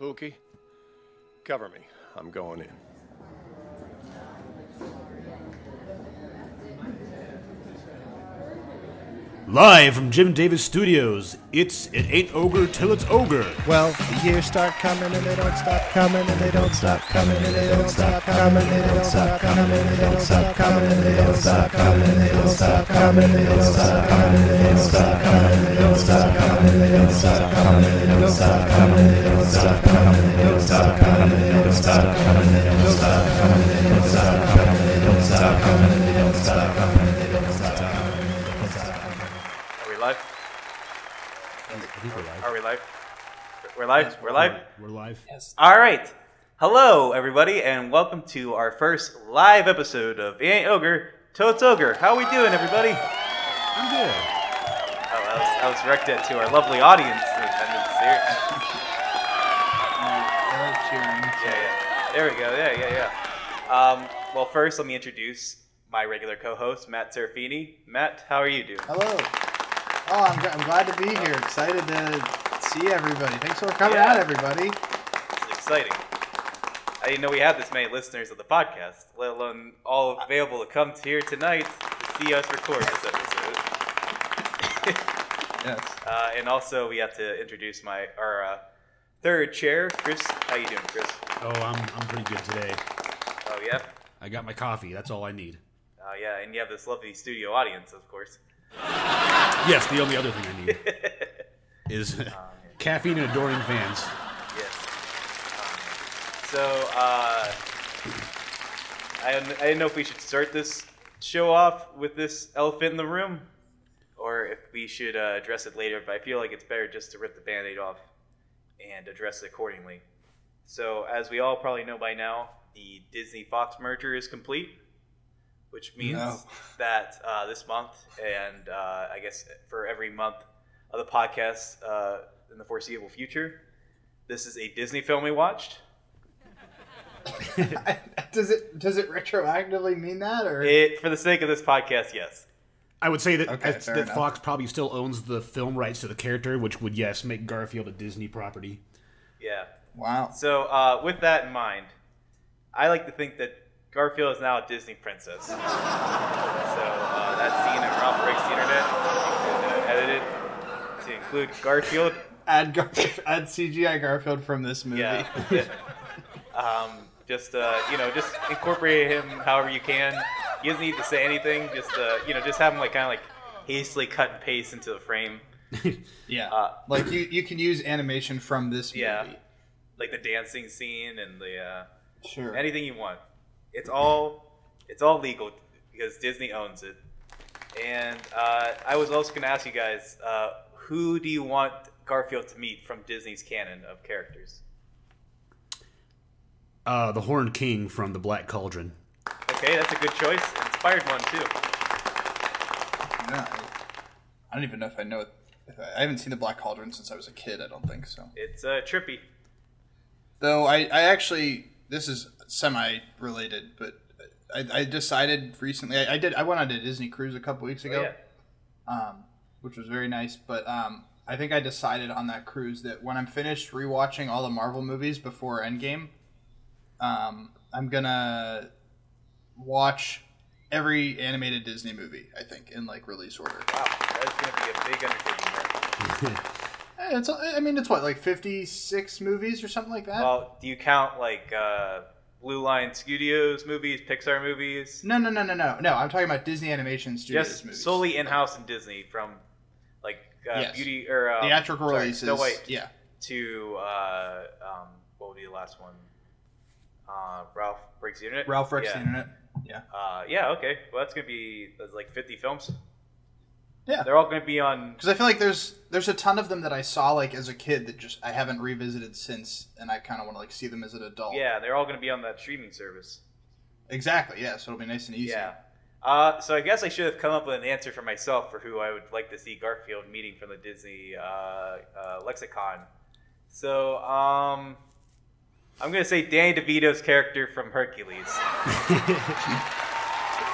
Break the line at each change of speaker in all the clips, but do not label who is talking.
Pookie, cover me. I'm going in.
Live from Jim Davis Studios, it's It Ain't Ogre Till It's Ogre.
Well, the years start coming and they don't stop coming and they don't stop coming and they don't stop coming and they don't stop coming and they don't stop coming and they don't stop coming and they don't stop coming and they don't stop coming and they don't stop coming and they don't stop coming and they don't stop coming and they don't stop coming and they don't stop coming and they don't stop coming and they don't stop coming and they don't stop coming and they don't stop coming and they don't stop coming and they don't stop coming and they don't stop coming and they don't stop coming.
Are we live? Are we live? We're live. We're live.
We're live.
All right. Hello, everybody, and welcome to our first live episode of It Ain't Ogre, Totes Ogre. How we doing, everybody? Oh,
I'm good.
I was, I was directed to our lovely audience in attendance here. Yeah, yeah. There we go. Yeah, yeah, yeah. Um, well, first, let me introduce my regular co-host, Matt Serafini. Matt, how are you doing?
Hello. Oh, I'm, gl- I'm glad to be here. Excited to see everybody. Thanks for coming
Yeah.
out, everybody.
It's exciting. I didn't know we had this many listeners of the podcast, let alone all available to come here tonight to see us record this episode.
Yes.
Uh, and also, we have to introduce my our uh, third chair, Chris. How you doing, Chris?
Oh, I'm, I'm pretty good today.
Oh yeah,
I got my coffee. That's all I need.
oh yeah, and you have this lovely studio audience, of course.
Yes, the only other thing I need is caffeine and adoring fans.
Yes. Um, so uh, I don't- I didn't know if we should start this show off with this elephant in the room, or if we should uh, address it later. But I feel like it's better just to rip the band-aid off and address it accordingly. So as we all probably know by now, the Disney Fox merger is complete, which means
No.
that uh, this month, and uh, I guess for every month of the podcast uh, in the foreseeable future, this is a Disney film we watched.
Does it does it retroactively mean that or
It, for the sake of this podcast, yes.
I would say that,
Okay,
that's-
fair
that
enough.
Fox probably still owns the film rights to the character, which would, yes, make Garfield a Disney property.
Yeah.
wow?
So, uh, with that in mind, I like to think that Garfield is now a Disney princess. so, uh, that scene in Ralph Breaks the Internet has been, uh, edited to include Garfield.
Add Gar- add CGI Garfield from this movie.
Yeah. um, just, uh, you know, just incorporate him however you can. He doesn't need to say anything. Just, uh, you know, just have him, like, kind of, like, hastily cut and paste into the frame.
Yeah.
Uh,
like you you can use animation from this movie.
Yeah. Like the dancing scene and the, uh,
Sure.
anything you want. It's all it's all legal because Disney owns it. And uh, I was also going to ask you guys, uh, who do you want Garfield to meet from Disney's canon of characters?
Uh, the Horned King from the Black Cauldron.
Okay, that's a good choice. Inspired one too.
Yeah. I don't even know if I know. If I, I haven't seen the Black Cauldron since I was a kid. I don't think so.
It's uh, trippy.
Though I, I actually this is semi related, but I, I decided recently I, I did I went on a Disney cruise a couple weeks ago.
Oh, yeah.
um, which was very nice. But um, I think I decided on that cruise that when I'm finished rewatching all the Marvel movies before Endgame, um, I'm gonna watch every animated Disney movie. I think in like release order.
Wow, that's going to be a big undertaking. there.
Eh, It's I mean it's what like 56 movies or something like that.
Well, do you count like uh, Blue Lion Studios movies, Pixar movies?
no, no, no, no, no, no. I'm talking about Disney Animation Studios
Just
movies.
solely in house in Disney from like uh,
Yes.
beauty or um,
theatrical
sorry,
releases.
Snow White.
Yeah.
to uh, um, what would be the last one? Uh, Ralph breaks the internet.
Ralph Rex
yeah.
the Internet. Yeah.
Uh, yeah. Okay. Well, that's gonna be that's like 50 films.
Yeah.
They're all gonna be on.
because I feel like there's there's a ton of them that I saw like as a kid that just I haven't revisited since, and I kind of want to like see them as an adult.
Yeah, they're all gonna be on that streaming service.
exactly. Yeah, so it'll be nice and easy.
Yeah. Uh, so I guess I should have come up with an answer for myself for who I would like to see Garfield meeting from the Disney uh, uh, lexicon. So um, I'm gonna say Danny DeVito's character from Hercules.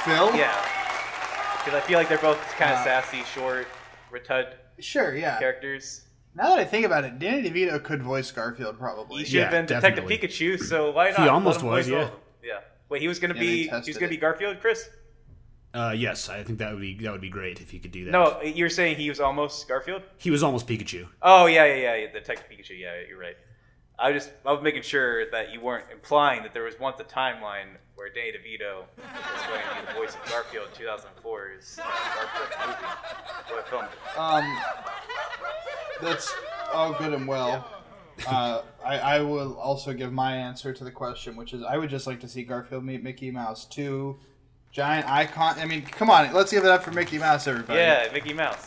Phil.
Yeah. Because I feel like they're both kind of
Uh,
sassy, short, retud
Sure. Yeah.
characters.
Now that I think about it, Danny DeVito could voice Garfield probably.
He should have
Yeah,
been Detective
definitely.
Pikachu, so why not? Let
almost
him
was,
voice all
yeah.
of them. Yeah. Wait, he was gonna
Yeah, they
be he was
tested
gonna
it.
be Garfield, Chris?
Uh, yes, I think that would be that would be great if he could do that.
No, you're saying he was almost Garfield?
he was almost Pikachu.
Oh yeah, yeah, yeah, yeah. The Detective Pikachu. Yeah, you're right. I was just I was making sure that you weren't implying that there was once a timeline where Danny DeVito was going to be the voice of Garfield in 2004's Garfield movie. What film?
Um, that's all good and well. Uh, I, I will also give my answer to the question, which is I would just like to see Garfield meet Mickey Mouse, two giant icon. I mean, come on, let's give it up for Mickey Mouse, everybody.
Yeah, Mickey Mouse.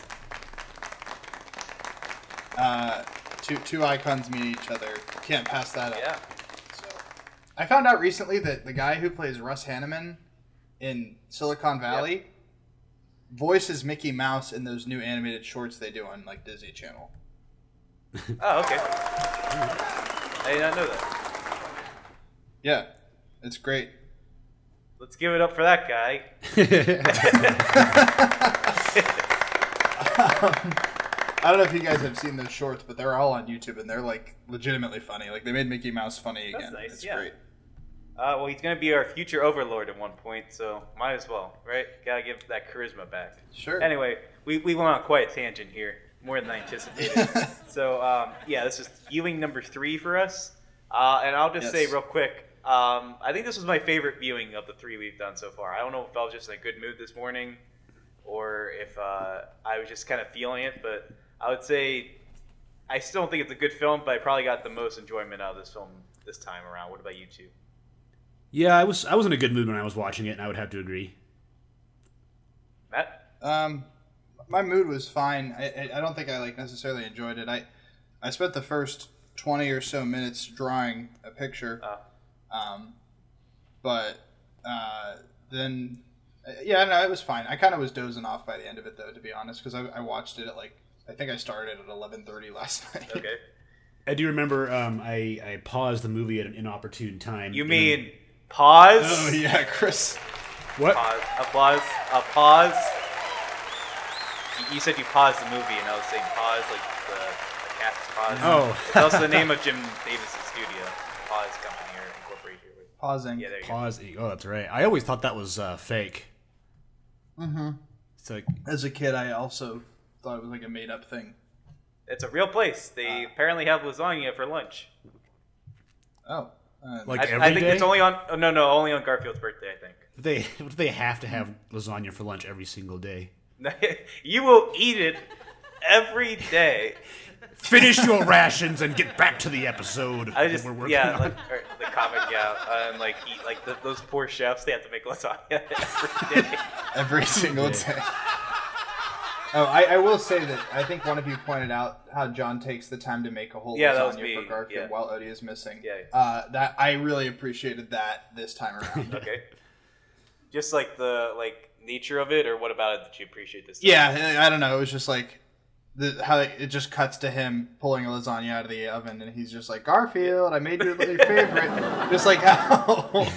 Uh, two two icons meet each other. Can't pass that up.
Yeah.
So, I found out recently that the guy who plays Russ Hanneman in Silicon Valley voices Mickey Mouse in those new animated shorts they do on like Disney Channel.
Oh, okay. I did not know that.
Yeah, it's great.
Let's give it up for that guy.
I don't know if you guys have seen those shorts, but they're all on YouTube and they're like legitimately funny. Like they made Mickey Mouse funny again.
That's nice,
It's
yeah.
great.
Uh, well, he's gonna be our future overlord at one point, so might as well, right? Gotta give that charisma back.
Sure.
Anyway, we, we went on a quiet tangent here, more than I anticipated. so, um, yeah, this is viewing number three for us. Uh, and I'll just say
Yes.
real quick, um, I think this was my favorite viewing of the three we've done so far. I don't know if I was just in a good mood this morning or if uh, I was just kind of feeling it, but I would say I still don't think it's a good film, but I probably got the most enjoyment out of this film this time around. What about you two?
Yeah, I was I was in a good mood when I was watching it, and I would have to agree.
Matt?
Um, my mood was fine. I, I- I don't think I like necessarily enjoyed it. I I spent the first twenty or so minutes drawing a picture,
Oh.
um, but uh, then uh, yeah, no, it was fine. I kind of was dozing off by the end of it though, to be honest, because I, I watched it at like I think I started at eleven thirty last night.
Okay.
I do remember um, I I paused the movie at an inopportune time.
You
And-
mean pause?
oh yeah, Chris.
what?
Pause. Applause. A pause. You- You said you paused the movie, and I was saying pause, like the, the cat's pause.
Oh.
It's also the name of Jim Davis' studio, Pause Company or Incorporated. or-
Pausing.
Yeah, there you go.
Pause. Oh, that's right. I always thought that was uh, fake. Mm-hmm. It's like
As a kid, I also thought it was like a made up thing.
It's a real place.
Uh.
They apparently have lasagna for lunch.
Oh, uh,
like
I,
every
I think
day?
it's only on. Oh, no, no, only on Garfield's birthday. I think
they they have to have lasagna for lunch every single day.
you will eat it every day.
Finish your rations and get back to the episode.
I
that
just
we're working
yeah,
on.
like or the comic yeah, uh, and like eat like the, those poor chefs. They have to make lasagna every day.
every single day. Oh, I, I will say that I think one of you pointed out how John takes the time to make a whole
Yeah, that was
lasagna
me,
for Garfield
yeah.
while Odie is missing.
Yeah.
Uh, that I really appreciated that this time around.
okay. Just like the like nature of it, or what about it that you appreciate this? time?
yeah, I I don't know. It was just like the, how it just cuts to him pulling a lasagna out of the oven, and he's just like Garfield, I made your little favorite. Just like how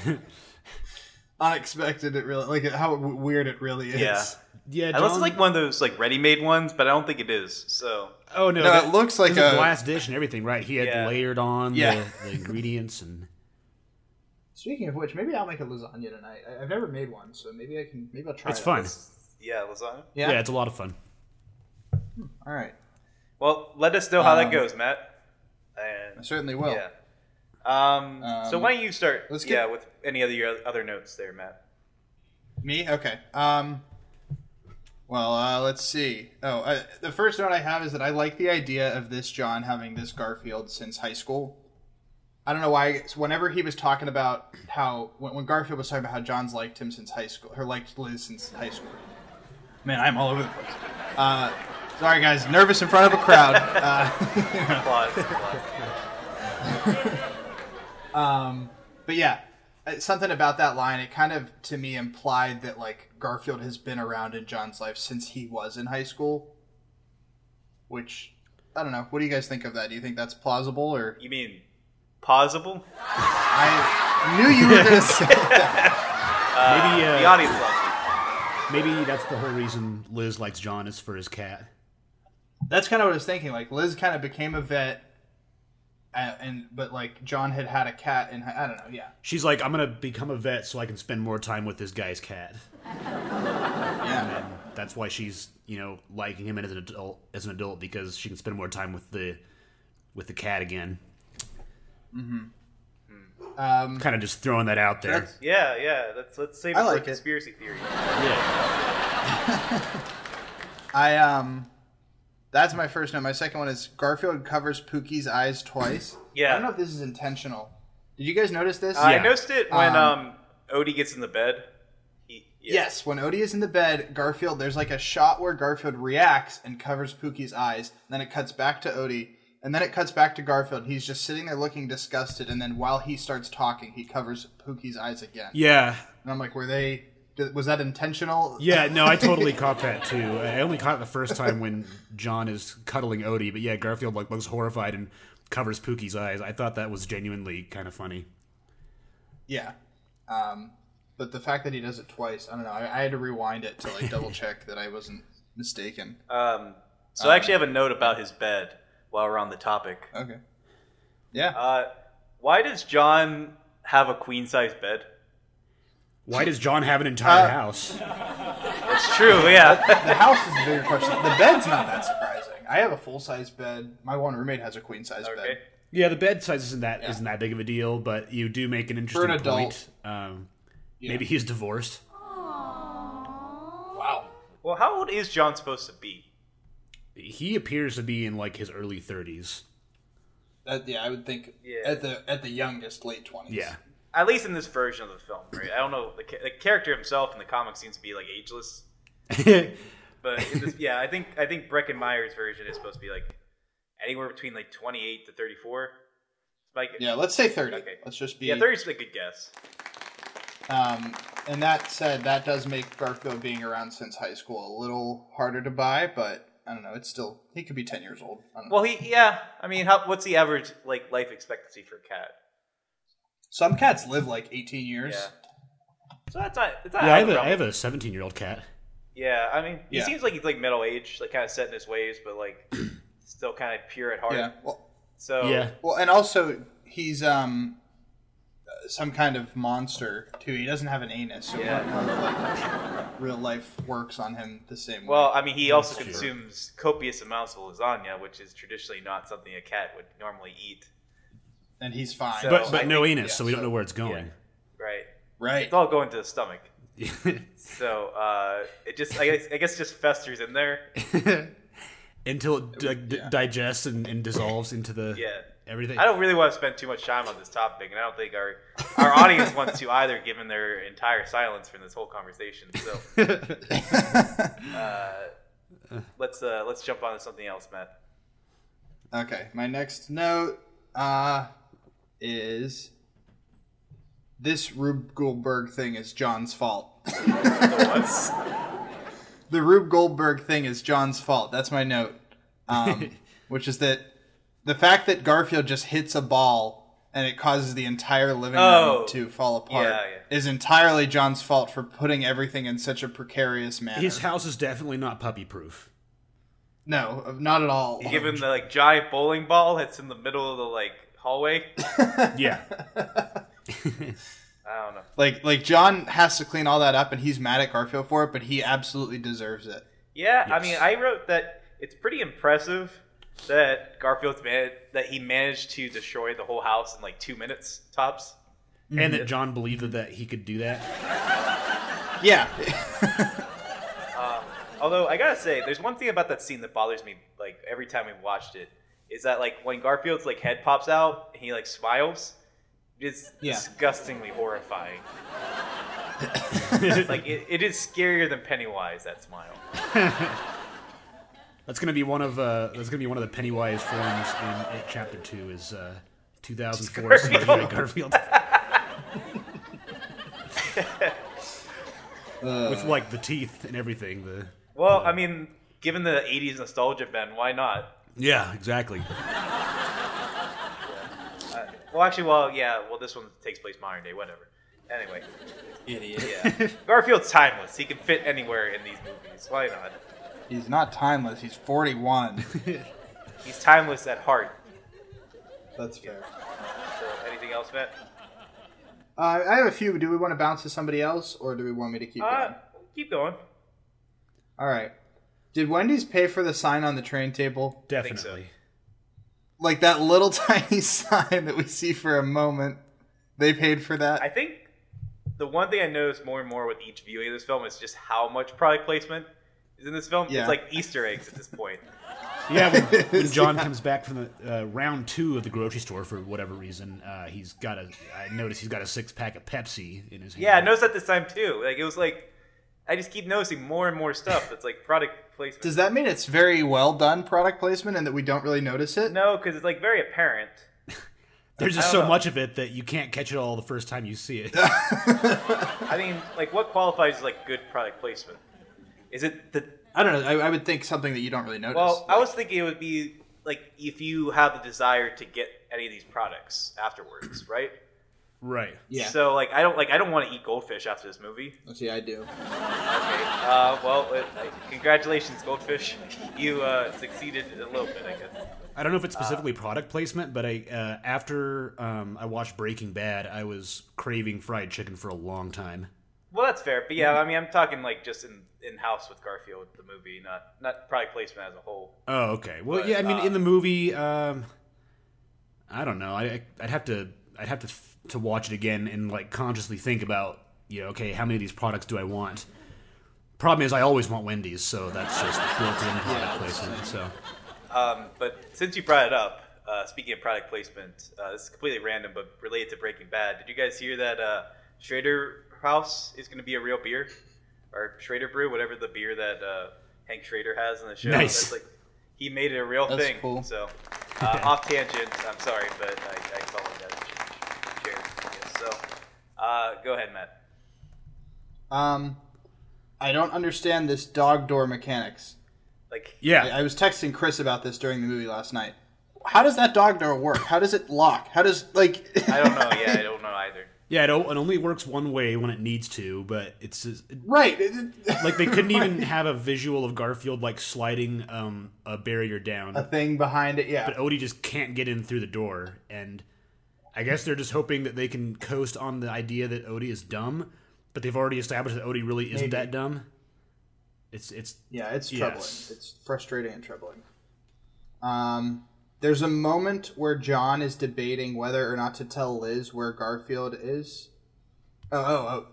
unexpected it really, like how w- weird it really is.
Yeah.
yeah.
Unless
John-
it's like one of those like ready-made ones, but I don't think it is. So
oh no,
No,
that-
it looks like
it was a
a-
glass dish and everything. Right? He had
Yeah.
layered on
Yeah.
the, the ingredients and
Speaking of which, maybe I'll make a lasagna tonight. I, I've never made one, so maybe I can. Maybe I'll try.
it's
it.
fun.
yeah, lasagna.
Yeah.
Yeah. it's a lot of fun.
All right.
Well, let us know how that
Um,
goes, Matt.
I
And
certainly will.
yeah. Um, so
Um,
why don't you start?
let's
yeah,
get-
with any other your other notes there, Matt.
Me? Okay. Um. Well, uh, let's see. Oh, I, the first note I have is that I like the idea of this John having this Garfield since high school. I don't know why. so Whenever he was talking about how when, when Garfield was talking about how John's liked him since high school, or liked Liz since high school. Man, I'm all over the place. Uh, sorry, guys. Nervous in front of a crowd. Uh,
Applause. applause.
Um, but yeah, uh, something about that line, it kind of to me implied that like Garfield has been around in John's life since he was in high school. Which I don't know. What do you guys think of that? Do you think that's plausible or
You mean pausable?
I knew you were going to say
maybe
The
uh,
audience loves it.
maybe that's the whole reason Liz likes John is for his cat.
that's kind of what I was thinking. Like Liz kind of became a vet, uh, and but like John had had a cat, and I don't know. Yeah,
She's like, I'm gonna become a vet so I can spend more time with this guy's cat.
yeah.
That's why she's, you know, liking him as an adult as an adult because she can spend more time with the with the cat again.
Um,
Kind of just throwing that out there.
That's-
Yeah, yeah. Let's let's save it
I
for
like it.
conspiracy theory.
Yeah.
I um, that's my first note. My second one is Garfield covers Pookie's eyes twice.
Yeah. Uh,
I don't know if this is intentional. Did you guys notice this?
I
Yeah.
noticed it when
Um,
um, Odie gets in the bed. He, yeah.
Yes, when Odie is in the bed, Garfield, there's like a shot where Garfield reacts and covers Pookie's eyes. Then it cuts back to Odie, and then it cuts back to Garfield. He's just sitting there looking disgusted, and then while he starts talking, he covers Pookie's eyes again.
Yeah.
And I'm like, were they. did- Was that intentional?
Yeah, no, I totally caught that too. I only caught it the first time when John is cuddling Odie, but yeah, Garfield like looks horrified and covers Pookie's eyes. I thought that was genuinely kind of funny.
Yeah. Um, but the fact that he does it twice, I don't know. I, I had to rewind it to like double check that I wasn't mistaken.
Um, so I actually have a note about his bed while we're on the topic.
Okay. Yeah.
Uh, why does John have a queen size bed?
Why does John have an entire
Uh,
house?
It's true. Yeah.
the house is the bigger question. The bed's not that surprising. I have a full size bed. My one roommate has a queen size bed.
okay.
Yeah, the bed size isn't that not that big of a deal, but you do make an interesting
adult.
point. Um, Maybe he's divorced.
Wow.
Well, how old is John supposed to be?
He appears to be in like his early 30s.
That, yeah, I would think
Yeah.
at the at the youngest late twenties.
Yeah.
At least in this version of the film, right? I don't know. The, ca- the character himself in the comic seems to be like ageless, but in this, yeah, I think I think Breckin Meyer's version is supposed to be like anywhere between like 28 to 34. Like
Yeah, let's say thirty.
Okay.
Let's just be
yeah, 30 is a good guess.
Um, and that said, that does make Garfield being around since high school a little harder to buy, but I don't know. It's still he could be ten years old. I don't know.
Well, he yeah. I mean, how, what's the average like life expectancy for a cat?
Some cats live like eighteen years.
Yeah. So that's not. It's not
Yeah, I have
out of the
a, I
realm.
have a 17 year old cat.
Yeah, I mean, he
Yeah.
seems like he's like middle aged, like kind of set in his ways, but like still kind of pure at heart.
Yeah. Well,
So
Yeah.
well, and also he's um uh, some kind of monster too. He doesn't have an anus, so
Yeah.
I don't know if, like, real life works on him the same
Well,
way.
I mean, he also
true.
consumes copious amounts of lasagna, which is traditionally not something a cat would normally eat.
And he's fine.
So-
But,
I
but no
think-
anus,
yeah,
so we don't
so-
know where it's going.
Right.
right.
It's all going to the stomach. So uh, it just, I guess, I guess, just festers in there.
Until it d- d- digests and, and dissolves into the
Yeah.
everything.
I don't really want to spend too much time on this topic, and I don't think our our audience wants to either, given their entire silence from this whole conversation. So Uh, let's uh, let's jump on to something else, Matt.
Okay, my next note uh, is this Rube Goldberg thing is John's fault. the Rube Goldberg thing is John's fault. That's my note, um, which is that the fact that Garfield just hits a ball and it causes the entire living
Oh.
room to fall apart
Yeah, yeah.
is entirely John's fault for putting everything in such a precarious manner.
His house is definitely not puppy proof.
no, not at all.
Give him the like giant bowling ball that's in the middle of the like hallway.
Yeah.
I don't know.
Like like John has to clean all that up and he's mad at Garfield for it, but he absolutely deserves it.
Yeah, I
Yes.
mean, I wrote that it's pretty impressive that Garfield's man- that he managed to destroy the whole house in like two minutes tops.
and that John believed that, that he could do that.
Yeah.
Although I gotta say, there's one thing about that scene that bothers me. Like every time we watched it, is that like when Garfield's like head pops out and he like smiles, it's
Yeah.
disgustingly horrifying. like it, it is scarier than Pennywise that smile.
That's gonna be one of uh, that's gonna be one of the Pennywise films in at chapter two is uh, 2004 CGI Garfield with like the teeth and everything. The
Well, I mean, given the '80s nostalgia, Ben, why not?
yeah, exactly.
Well, actually, well, yeah. Well, this one takes place modern day. Whatever. Anyway,
Idiot.
Garfield's timeless. He can fit anywhere in these movies. Why not?
He's not timeless. He's 41.
He's timeless at heart.
That's fair.
So anything else, Matt?
Uh, I have a few. Do we want to bounce to somebody else, or do we want me to keep
Uh,
going?
keep going.
All right. Did Wendy's pay for the sign on the train table?
think so.
Definitely.
Like that little tiny sign that we see for a moment. They paid for that.
I think the one thing I noticed more and more with each viewing of this film is just how much product placement is in this film.
Yeah.
It's like Easter eggs at this point.
Yeah, when, when John comes back from the uh, round two of the grocery store for whatever reason, uh, he's got a. I noticed he's got a six pack of Pepsi in his hand.
yeah, I noticed that this time too. Like it was like I just keep noticing more and more stuff that's like product placement.
Does that mean it's very well done product placement and that we don't really notice it?
no, because it's like very apparent.
There's
I
just so
don't know.
much of it that you can't catch it all the first time you see it.
I mean, like what qualifies as like good product placement? Is it the
I don't know. I, I would think something that you don't really notice.
well? I was thinking it would be like if you have the desire to get any of these products afterwards, right?
right.
yeah.
So like I don't like I don't want to eat goldfish after this movie.
See, I do.
Uh, well, uh, congratulations, Goldfish. You uh, succeeded a little bit, I guess.
I don't know if it's specifically product placement, but I uh, after um, I watched Breaking Bad, I was craving fried chicken for a long time.
Well, that's fair, but yeah, I mean, I'm talking like just in in house with Garfield, the movie, not not product placement as a whole.
Oh, okay. Well,
But,
yeah. I mean,
uh,
in the movie, um, I don't know. I, I'd have to, I'd have to, f- to watch it again and like consciously think about, you know, okay, how many of these products do I want? Problem is, I always want Wendy's, so that's just built-in product placement. So,
Um, but since you brought it up, uh, speaking of product placement, uh, this is completely random, but related to Breaking Bad. Did you guys hear that uh, Schrader House is going to be a real beer, or Schrader Brew, whatever the beer that uh, Hank Schrader has in the show?
Nice.
That's like he made it a real
That's
thing.
cool.
So uh, off tangent. I'm sorry, but I, I felt like that. Shared. Yes, So uh, go ahead, Matt.
Um, I don't understand this dog door mechanics.
Like
I,
yeah,
I was texting Chris about this during the movie last night. How does that dog door work? How does it lock? How does like?
I don't know. Yeah, I don't know either.
yeah. It, o- it only works one way when it needs to, but it's just,
right.
like they couldn't even have a visual of Garfield like sliding um, a barrier down.
a thing behind it. Yeah.
but Odie just can't get in through the door. And I guess they're just hoping that they can coast on the idea that Odie is dumb, but they've already established that Odie really isn't
Maybe.
that dumb. It's it's
Yeah, it's
Yes.
troubling. It's frustrating and troubling. Um, there's a moment where John is debating whether or not to tell Liz where Garfield is. Oh, oh, oh.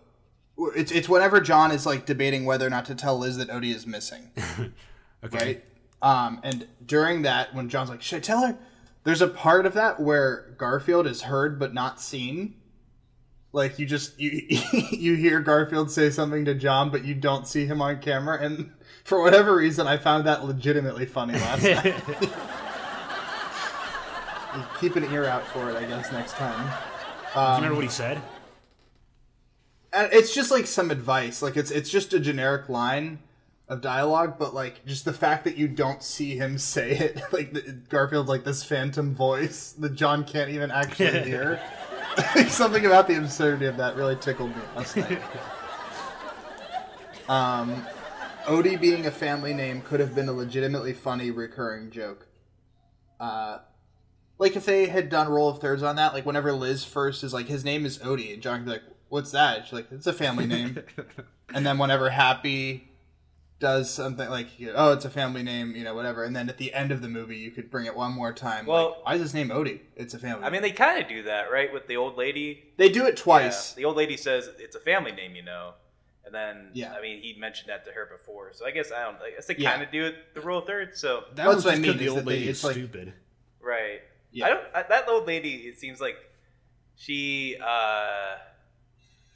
It's, it's whenever John is like debating whether or not to tell Liz that Odie is missing,
okay.
right? Um, and during that, when John's like, "Should I tell her?" There's a part of that where Garfield is heard but not seen. Like you just you you hear Garfield say something to John, but you don't see him on camera. And for whatever reason, I found that legitimately funny last night. Keep an ear out for it, I guess, next time. Um,
Do you remember what he said?
And it's just like some advice like it's it's just a generic line of dialogue but like just the fact that you don't see him say it like the, garfield's like this phantom voice that john can't even actually hear something about the absurdity of that really tickled me last night um odie being a family name could have been a legitimately funny recurring joke uh like if they had done roll of thirds on that, like whenever Liz first is like, his name is Odie, and John can be like, what's that? And she's like, it's a family name. and then whenever Happy does something like, you know, oh, it's a family name, you know, whatever. And then at the end of the movie, you could bring it one more time.
Well-
like, why is his name Odie? It's a family.
I mean, they kind of do that, right? With the old lady
they do it twice.
Yeah, the old lady says it's a family name, you know. And then,
Yeah.
I mean, he mentioned that to her before, so I guess I don't. I guess they
Yeah.
kind of do it the rule of thirds. So
That
That's
was
what I
just 'cause the
mean, is
old
that they-
lady is
it's like-
stupid.
right,
Yeah.
I don't. I, that old lady, it seems like she uh,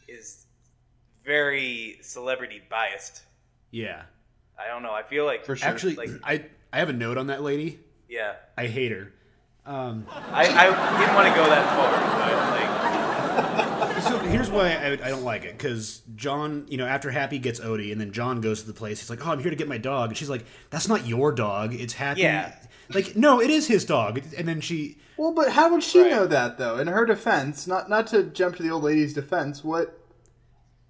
is very celebrity biased.
Yeah,
I don't know. I feel like
For sure.
actually,
Like-
I I have a note on that lady.
yeah.
I hate her. Um,
I, I didn't want to go that far,
So here's why I, I don't like it because John, you know, after Happy gets Odie, and then John goes to the place. He's like, "Oh, I'm here to get my dog," and she's like, "That's not your dog. It's Happy."
Yeah.
Like, no, it is his dog. And then she,
Well, but how would she
Right.
know that, though? In her defense, not not to jump to the old lady's defense, what.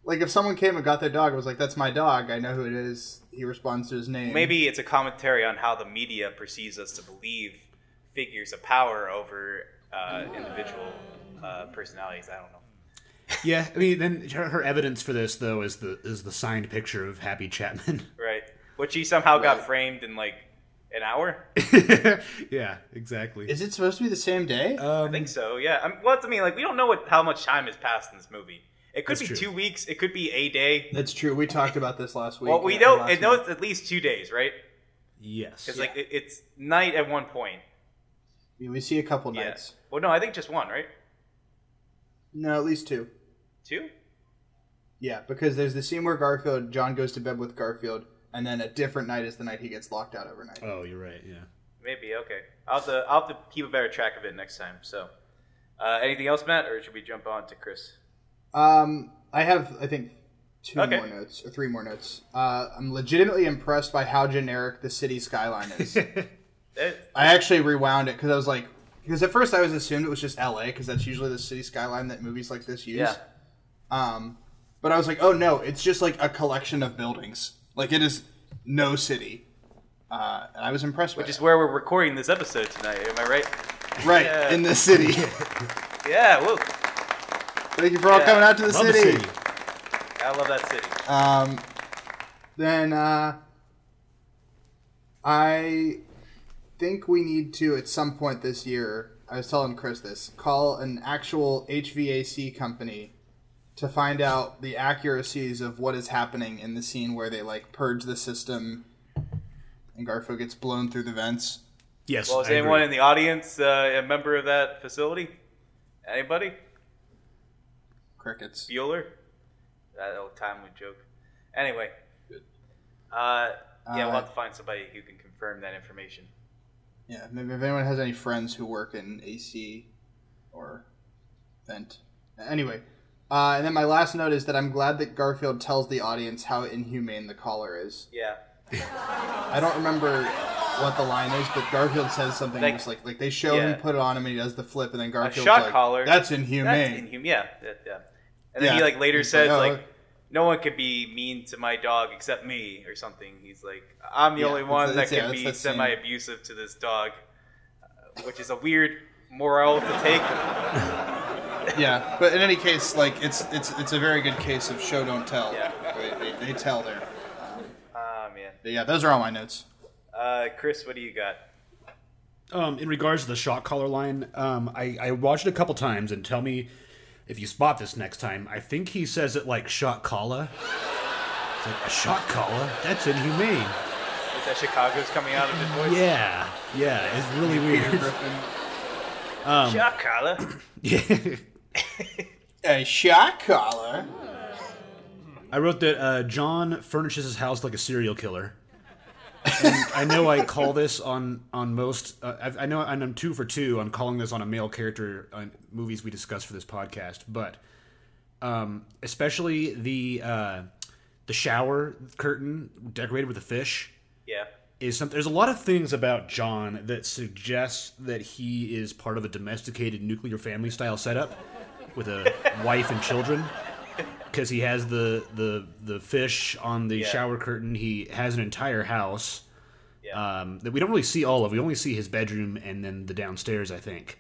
Like if someone came and got their dog, I was like, "That's my dog. I know who it is." He responds to his name.
Maybe it's a commentary on how the media perceives us to believe figures of power over uh, individual uh, personalities. I don't know.
Yeah, I mean, then her, her evidence for this though is the is the signed picture of Happy Chapman.
Right. Which he somehow got
Right.
framed in like an hour.
yeah, exactly. Um,
Is it supposed to be the same day?
I think so. Yeah. I'm, well, I mean, like we don't know what how much time has passed in this movie. It could
That's
be
true.
two weeks. It could be a day.
That's true. We talked about this last week.
Well, we
uh,
know
last
it knows
month.
at least two days, right?
yes.
Because like it, it's night at one point.
We- We see a couple
Yeah.
nights.
Well, no, I think just one, right?
No, at least two.
Two.
Yeah, because there's the scene where Garfield, John goes to bed with Garfield, and then a different night is the night he gets locked out overnight.
Oh, you're right. Yeah.
Maybe. Okay. I'll have to I'll have to keep a better track of it next time. So, uh, anything else, Matt, or should we jump on to Chris?
Um, I have, I think, two
Okay.
more notes or three more notes. Uh, I'm legitimately impressed by how generic the city skyline is.
Eh,
I actually rewound it because I was like, because at first I was assumed it was just L.A. because that's usually the city skyline that movies like this use.
Yeah.
Um, but I was like, oh no, it's just like a collection of buildings. Like it is no city. Uh, and I was impressed with
Which is where we're recording this episode tonight. Am I right?
right
yeah.
in the city.
Yeah. Whoa.
Thank you for all
Yeah.
coming out to the
Love the
city.
city.
I love that city.
Um, then uh, I think we need to at some point this year. I was telling Chris this. Call an actual HVAC company to find out the accuracies of what is happening in the scene where they like purge the system, and Garfield gets blown through the vents.
Yes.
Well, is
I agree.
anyone in the audience uh, a member of that facility? Anybody?
Crickets.
Bueller? That old timely joke. Anyway. Uh, yeah, we'll
Uh,
have to find somebody who can confirm that information.
Yeah, maybe if anyone has any friends who work in AC or vent. Anyway, uh, and then my last note is that I'm glad that Garfield tells the audience how inhumane the collar is.
Yeah.
I don't remember what the line is, but Garfield says something
Like-
just like like they show
yeah.
him put it on him and he does the flip, and then Garfield's
shock
like,
collar.
"That's inhumane."
That's inhuman. Yeah. that- yeah. And then he
Yeah.
like later
He's
says
like, "Oh,
like, no one could be mean to my dog except me or something. He's like, I'm the
Yeah,
only
it's-
one that
it's- yeah,
can
it's
be
that scene.
semi-abusive to this dog, uh, which is a weird moral to take.
yeah, but in any case, like it's it's it's a very good case of show don't tell.
Yeah.
They, they, they tell there.
Ah man.
But yeah, those are all my notes.
Uh, Chris, what do you got?
um, in regards to the shock collar line, um, I, I watched it a couple times and tell me if you spot this next time. I think he says it like shock collar. It's like a shock collar. That's inhumane.
Is that Chicago's coming out of his voice?
Yeah, yeah, it's really
Peter
weird.
Griffin.
Chicago.
Yeah.
A shock collar.
I wrote that uh, John furnishes his house like a serial killer. And I know I call this on on most. Uh, I, I know and I'm two for two on calling this on a male character on movies we discuss for this podcast, but um, especially the uh, the shower curtain decorated with a fish
Yeah.
is something. There's a lot of things about John that suggests that he is part of a domesticated nuclear family style setup with a wife and children. Because he has the, the the fish on the shower curtain, he has an entire house
Yeah.
um, that we don't really see all of. We only see his bedroom and then the downstairs, I think.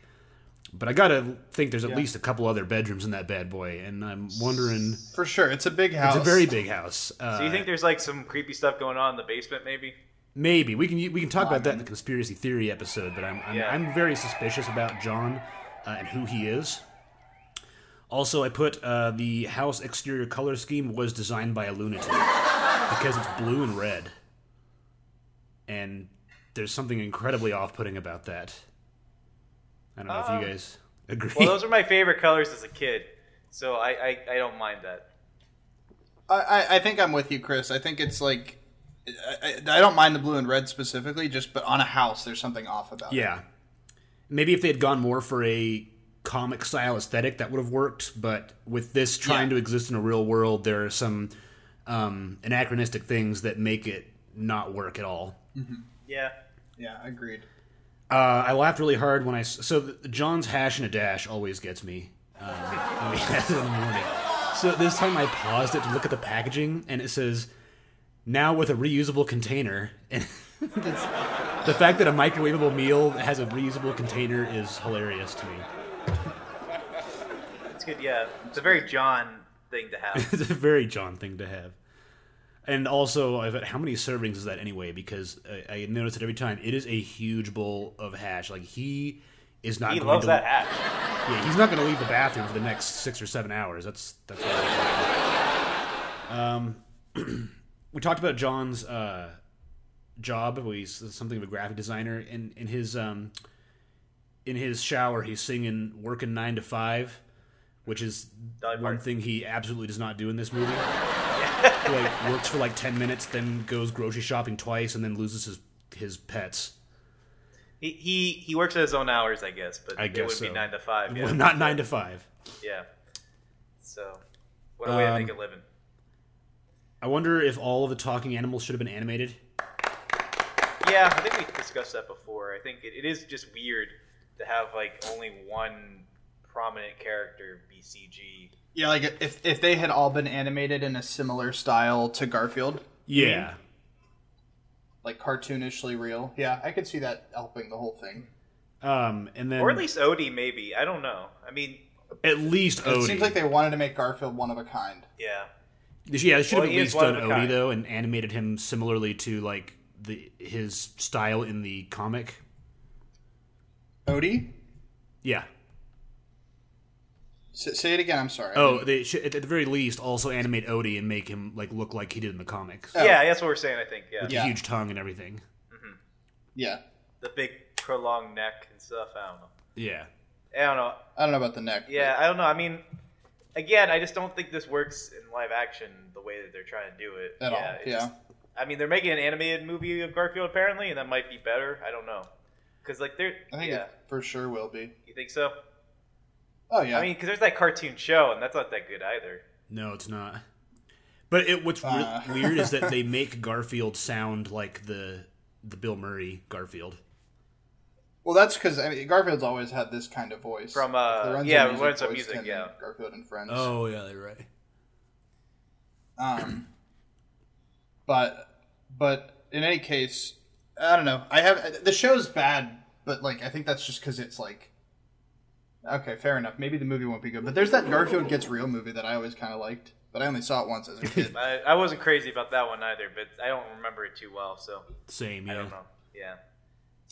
But I gotta think there's at least a couple other bedrooms in that bad boy, and I'm wondering.
For sure, it's a big house.
It's a very big house. Uh,
Do you think there's like some creepy stuff going on in the basement, maybe?
Maybe we can we can talk about that in the conspiracy theory episode, but I'm I'm,
Yeah.
I'm very suspicious about John uh, and who he is. Also, I put uh, the house exterior color scheme was designed by a lunatic because it's blue and red, and there's something incredibly off-putting about that. I don't know if you guys agree.
Um, Well, those were my favorite colors as a kid, so I, I, I don't mind that.
I, I, I think I'm with you, Chris. I think it's like I, I I don't mind the blue and red specifically, just but on a house, there's something off about it.
Yeah. Maybe if they had gone more for a comic style aesthetic, that would have worked. But with this trying
Yeah.
to exist in a real world, there are some um, anachronistic things that make it not work at all.
Yeah.
Yeah, agreed.
Uh, I laughed really hard when I s- so the, John's hash and a dash always gets me um, when we had it in the morning. So this time I paused it to look at the packaging, and it says, "Now with a reusable container." And it's, the fact that a microwavable meal has a reusable container is hilarious to me.
It's good. Yeah, it's a very John thing to have.
It's a very John thing to have. And also, I thought, how many servings is that anyway? Because I, I noticed it every time. It is a huge bowl of hash. Like he is not.
He
going
loves
to,
that hash.
Yeah, he's not going to leave the bathroom for the next six or seven hours. That's that's. What I'm um, we talked about John's uh, job. where He's something of a graphic designer, and in his um, in his shower, he's singing "Working Nine to Five, which is
Dolly
one
Parton.
thing he absolutely does not do in this movie. He, like works for like ten minutes, then goes grocery shopping twice, and then loses his his pets.
He, he he works at his own hours, I guess, but
I
it
guess
would
so.
be nine to five. Yeah.
Well, not nine to five.
yeah. So, what a way to
Um,
make a living.
I wonder if all of the talking animals should have been animated.
Yeah, I think we discussed that before. I think it, it is just weird to have like only one prominent character be CG.
Yeah, like if if they had all been animated in a similar style to Garfield,
Yeah.
like cartoonishly real, yeah, I could see that helping the whole thing.
Um, and then
Or at least Odie, maybe. I don't know. I mean,
at least
It
Odie.
seems like they wanted to make Garfield one of a kind.
yeah.
yeah, they should
Well,
have
he
at
is
least
one
done
of a
Odie
kind.
though, and animated him similarly to like the his style in the comic.
Odie,
Yeah.
S- say it again. I'm sorry.
Oh, they should at at the very least also animate Odie and make him like look like he did in the comics.
Oh.
Yeah, that's what we're saying, I think. Yeah.
Yeah.
Huge tongue and everything.
yeah.
The big prolonged neck and stuff. I don't know.
Yeah.
I don't know.
I don't know about the neck. but-
Yeah, I don't know. I mean, again, I just don't think this works in live action the way that they're trying to do it.
At all,
it
yeah.
just- I mean, they're making an animated movie of Garfield apparently, and that might be better. I don't know. Because, like, they're.
I think
yeah.
it for sure will be.
You think so?
Oh yeah.
I mean, because there's that cartoon show, and that's not that good either.
No, it's not. But it, what's re-
Uh.
weird is that they make Garfield sound like the the Bill Murray Garfield.
well, that's because I mean, Garfield's always had this kind of voice
From, uh,
Like, Lorenzo
yeah,
Music
Lorenzo
voiced
Music,
him in
yeah.
Garfield and Friends.
Oh,
yeah, they're right.
Um, but but in any case, I don't know. I have the show's bad, but like I think that's just because it's like okay, fair enough. Maybe the movie won't be good, but there's that Garfield gets real movie that I always kind of liked, but I only saw it once as a kid.
I, I wasn't crazy about that one either, but I don't remember it too well, so
Same, yeah.
I don't know. Yeah.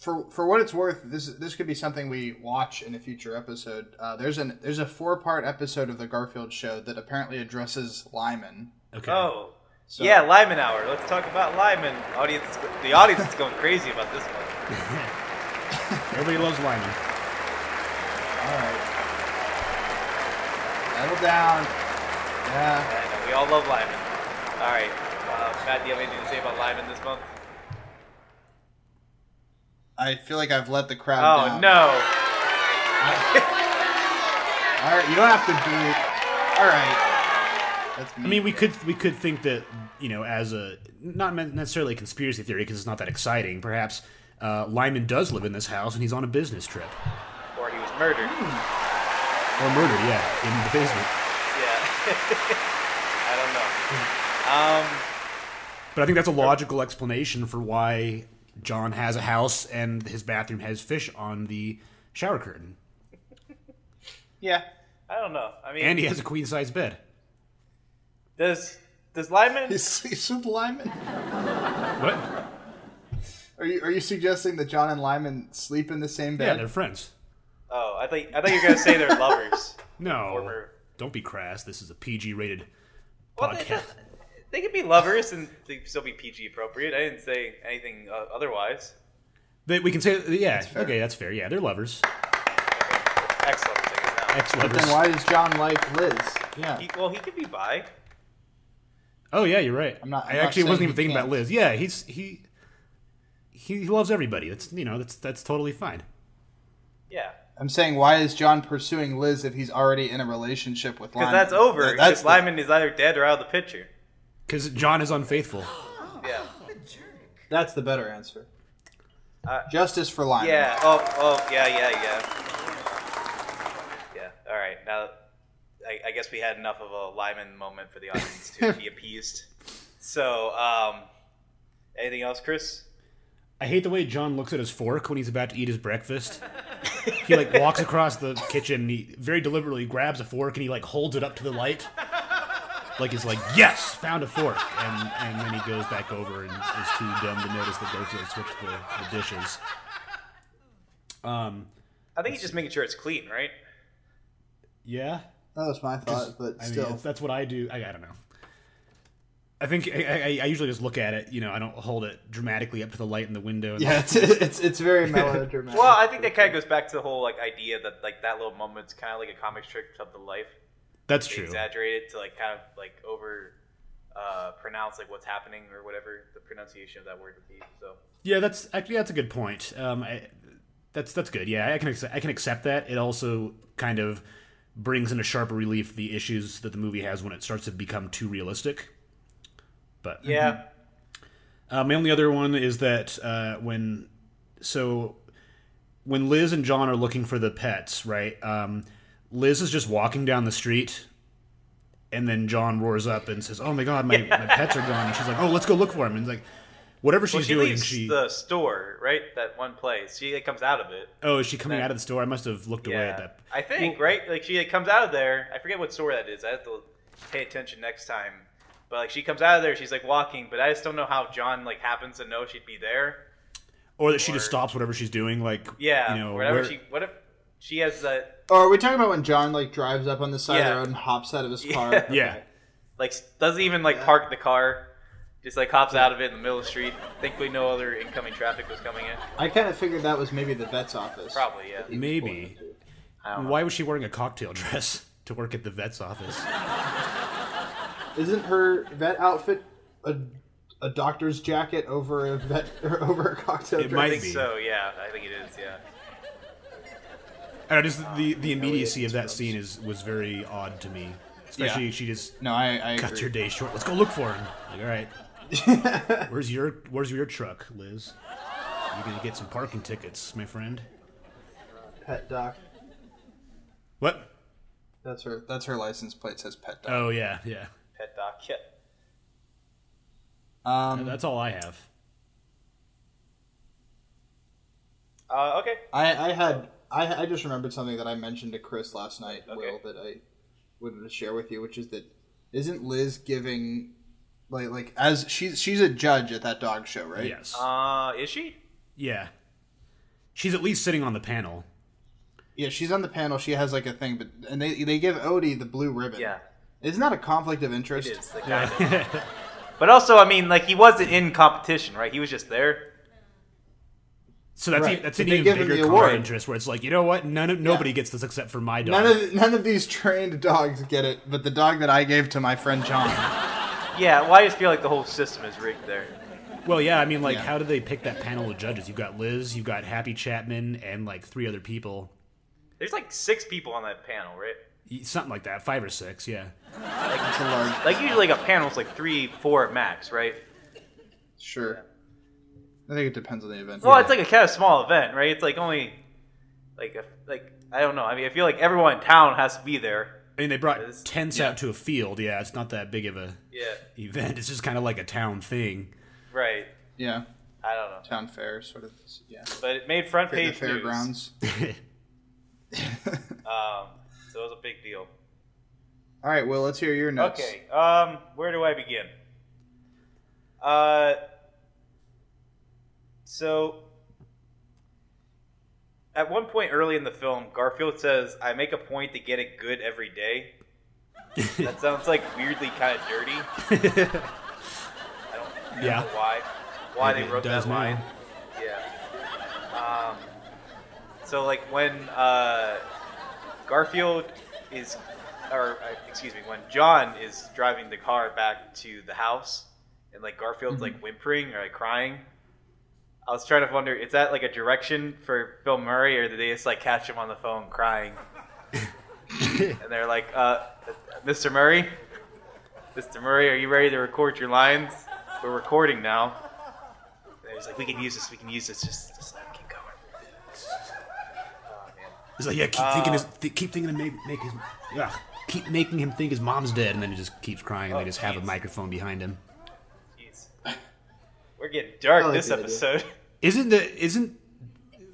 for for what it's worth, this this could be something we watch in a future episode. Uh, there's an there's a four part episode of the Garfield show that apparently addresses Lyman.
Okay.
Oh.
So-
Yeah, Lyman Hour. Let's talk about Lyman. Audience, the audience is going crazy about this one.
Everybody loves Lyman.
All right, pedal down. Yeah.
I know, we all love Lyman. All right, uh, Matt, do you have anything to say about Lyman this month?
I feel like I've let the crowd
Oh
down.
no!
All right, you don't have to do it. All right. That's me.
I mean, we could we could think that you know, as a not me- necessarily a conspiracy theory because it's not that exciting. Perhaps uh, Lyman does live in this house and he's on a business trip
Or he was murdered.
or murdered, yeah, in the basement.
Yeah. I don't know. Um.
But I think that's a logical explanation for why John has a house and his bathroom has fish on the shower curtain,
Yeah.
I don't know. I mean,
and he has a queen size bed.
does does Lyman?
He sleeps with Lyman.
What?
Are you are you suggesting that John and Lyman sleep in the same
Yeah,
bed?
they're friends.
Oh, I thought I thought you were gonna say they're lovers.
No,
Former-
don't be crass. This is a PG rated
Well, they,
podcast.
they could be lovers and they still be PG appropriate. I didn't say anything uh, otherwise.
They, we can say, yeah, okay, that's fair. Yeah, they're lovers,
Excellent. I guess, now.
ex lovers.
then why does John like Liz? Yeah.
He, well, he could be bi.
Oh yeah, you're right.
I'm not- I'm
I
not
actually
saying
wasn't
he
even thinking about
can't.
Liz. Yeah, he's he, he he loves everybody. That's you know that's that's totally fine.
Yeah.
I'm saying why is John pursuing Liz if he's already in a relationship with Lyman?
Because that's over.
Th-
Because
the-
Lyman is either dead or out of the picture.
Because John is unfaithful.
Yeah.
that's the better answer.
Uh,
Justice for Lyman.
Yeah. Oh. Oh. Yeah. Yeah. Yeah. Yeah. All right. Now, I, I guess we had enough of a Lyman moment for the audience to be appeased. So, um, anything else, Chris?
I hate the way John looks at his fork when he's about to eat his breakfast. He like walks across the kitchen. And he very deliberately grabs a fork and he like holds it up to the light, like he's like, "Yes, found a fork." And and then he goes back over and is too dumb to notice that Garfield switched the, the dishes. Um,
I think he's just making sure it's clean, right?
yeah,
That was my thought, but
I mean,
still.
it's- that's what I do. I, I don't know. I think I, I, I usually just look at it. You know, I don't hold it dramatically up to the light in the window. And
yeah, it's, it's it's very melodramatic.
Well, I think that kind of goes back to the whole like idea that like that little moment's kind of like a comic strip of the life.
that's
They
true.
exaggerate it to like kind of like over uh, pronounce like what's happening or whatever the pronunciation of that word would be. So
Yeah, that's actually that's a good point. Um, I, that's that's good. Yeah, I can accept, I can accept that. It also kind of brings into sharper relief the issues that the movie has when it starts to become too realistic. But
yeah,
uh, my only other one is that uh, when so when Liz and John are looking for the pets, right? Um, Liz is just walking down the street, and then John roars up and says, "Oh my god, my, my pets are gone!" And she's like, "Oh, let's go look for them." And like, whatever she's
well, she
doing,
leaves
she
the store right that one place. She like, comes out of it.
Oh, is she coming out of the store? I must have looked away at that.
I think right. Like she like, comes out of there. I forget what store that is. I have to pay attention next time. But like she comes out of there, she's like walking. But I just don't know how John like happens to know she'd be there.
Or that she just
Or-
stops whatever she's doing, like
Yeah,
you know,
whatever
where-
she what if she has that
Or are we talking about when John like drives up on the side of the
Yeah.
road and hops out of his car?
Yeah.
yeah,
like s- doesn't even like park the car, just like hops out of it in the middle of the street. Thankfully, no other incoming traffic was coming in.
I kind of figured that was maybe the vet's office.
Probably, yeah.
maybe.
I don't know.
Why was she wearing a cocktail dress to work at the vet's office?
Isn't her vet outfit a, a doctor's jacket over a vet or over a cocktail
It
dress?
I
might
think
be.
so. Yeah, I think it is. Yeah.
I don't know, just the the immediacy of that scene is was very odd to me. Especially
Yeah.
she just
No, I, I
cut your
agree.
day short. Let's go look for him. Like, all right, where's your where's your truck, Liz? You're gonna get some parking tickets, my friend.
pet doc.
What?
That's her. That's her license plate says pet doc.
Oh yeah, yeah.
Pet doc. Yeah.
Oh,
Um,
That's all I have.
Uh, okay.
I, I had I, I just remembered something that I mentioned to Chris last night, Will,
Okay.
that I wanted to share with you, which is that isn't Liz giving like like as she's she's a judge at that dog show, right?
Yes.
Uh, is she?
yeah. She's at least sitting on the panel.
Yeah, she's on the panel. She has like a thing, but and they they give Odie the blue ribbon.
Yeah.
Isn't that a conflict of interest?
It is. Like, kind of. But also, I mean, like he wasn't in competition, right? He was just there.
So that's
Right.
e- that's
But
an
they
even
give him
bigger
the
conflict
award.
of interest where it's like, you know what? None of nobody gets this except for my dog.
None of none of these trained dogs get it, but the dog that I gave to my friend John.
Yeah. Well, I just feel like the whole system is rigged there.
well, yeah, I mean, like,
Yeah.
how do they pick that panel of judges? You've got Liz, you've got Happy Chapman, and like three other people,
There's like six people on that panel, right?
Y- something like that, five or six, yeah.
It's a large,
Like usually, like a panel's like three, four max, right?
sure. I think it depends on the event.
Well, it's like a kind of small event, right? It's like only like a, like I don't know. I mean, I feel like everyone in town has to be there.
I mean, they brought
Liz?
tents out to a field. Yeah, it's not that big of a
Yeah.
event. It's just kind of like a town thing.
Right.
yeah,
I don't know.
town fair sort of. Yeah,
But it made front
the
page
fairgrounds.
news. Um, so it was a big deal.
All right, well, let's hear your notes.
Okay. Um, where do I begin? Uh, so at one point early in the film, Garfield says, "I make a point to get it good every day." that sounds like weirdly kind of dirty. I don't know
Yeah.
why why they
It
wrote
does
that
now.
line. Yeah. Um, so like when uh, Garfield is, or uh, excuse me, when John is driving the car back to the house, and like Garfield's like whimpering or like crying. I was trying to wonder, is that like a direction for Bill Murray, or did they just like catch him on the phone crying? and they're like, uh, "Mr. Murray, Mr. Murray, are you ready to record your lines? We're recording now." And he's like, "We can use this. We can use this. Just, just keep going." Oh man.
It's like yeah, keep thinking his, th- keep thinking him make, make his, yeah, keep making him think his mom's dead, and then he just keeps crying, and they just have a
Oh, jeez.
microphone behind him.
Jeez. We're getting dark
I like
this
the idea.
episode.
Isn't the isn't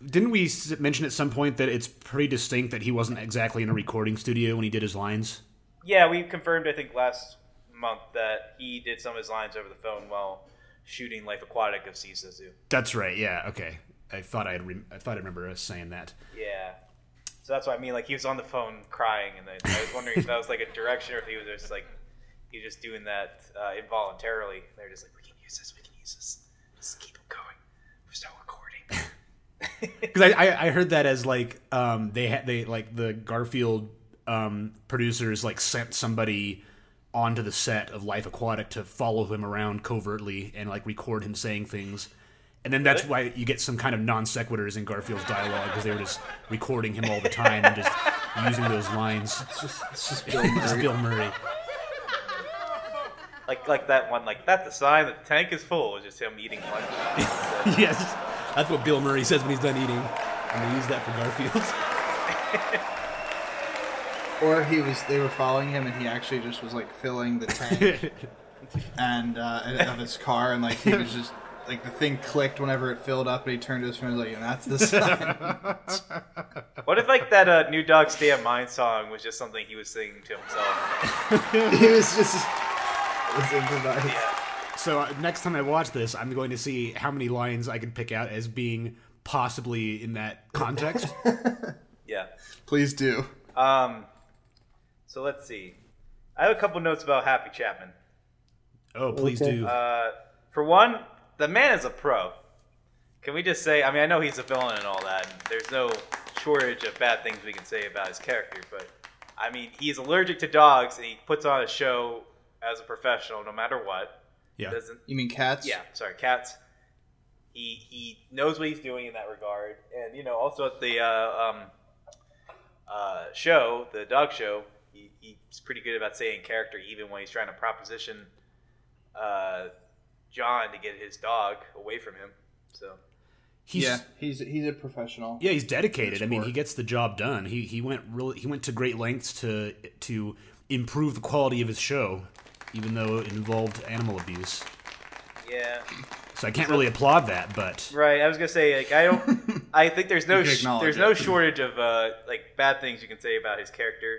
didn't we s- mention at some point that it's pretty distinct that he wasn't exactly in a recording studio when he did his lines?
yeah, we confirmed I think last month that he did some of his lines over the phone while shooting Life Aquatic of Sea Zoo.
That's right. Yeah. Okay. I thought I'd re- I thought I remember us saying that.
Yeah. So that's what I mean. Like he was on the phone crying, and I, I was wondering if that was like a direction or if he was just like he was just doing that uh, involuntarily. They're just like, we can use this, we can use this. Just keep him going. We're still recording.
Because I, I I heard that as like um they had they like the Garfield um producers like sent somebody onto the set of Life Aquatic to follow him around covertly and like record him saying things. And then that's why you get some kind of non sequiturs in Garfield's dialogue because they were just recording him all the time and just using those lines.
It's just, it's just Bill
It's
Murray.
Bill Murray.
like like that one. Like that's a sign that the tank is full. It's just him eating lunch.
yes, that's what Bill Murray says when he's done eating. I'm gonna use that for Garfield.
or he was they were following him and he actually just was like filling the tank and uh, and- of his car and like he was just like the thing clicked whenever it filled up and he turned to his friend and was like and that's the sign.
what if like that uh, New Dog Stay at Mine song was just something he was singing to himself?
He was just.
It was improvised.
so uh, next time I watch this, I'm going to see how many lines I can pick out as being possibly in that context.
Yeah.
Please do.
Um. So let's see. I have a couple notes about Happy Chapman.
oh, please do.
For one, the man is a pro. Can we just say? I mean, I know he's a villain and all that. And there's no shortage of bad things we can say about his character, but I mean, he's allergic to dogs and he puts on a show as a professional, no matter what.
yeah.
Doesn't?
You mean cats?
Yeah. Sorry, cats. He he knows what he's doing in that regard, and you know, also at the uh, um, uh, show, the dog show, he, he's pretty good about staying in character, even when he's trying to proposition uh, John to get his dog away from him. So
He's,
yeah. He's he's a professional.
Yeah, he's dedicated. I mean,
Sure.
he gets the job done. He he went really he went to great lengths to to improve the quality of his show, even though it involved animal abuse.
yeah,
So I can't really applaud that, but
right. I was gonna say like I don't. I think there's no
You can
sh-
acknowledge
there's no
it.
shortage of uh, like bad things you can say about his character,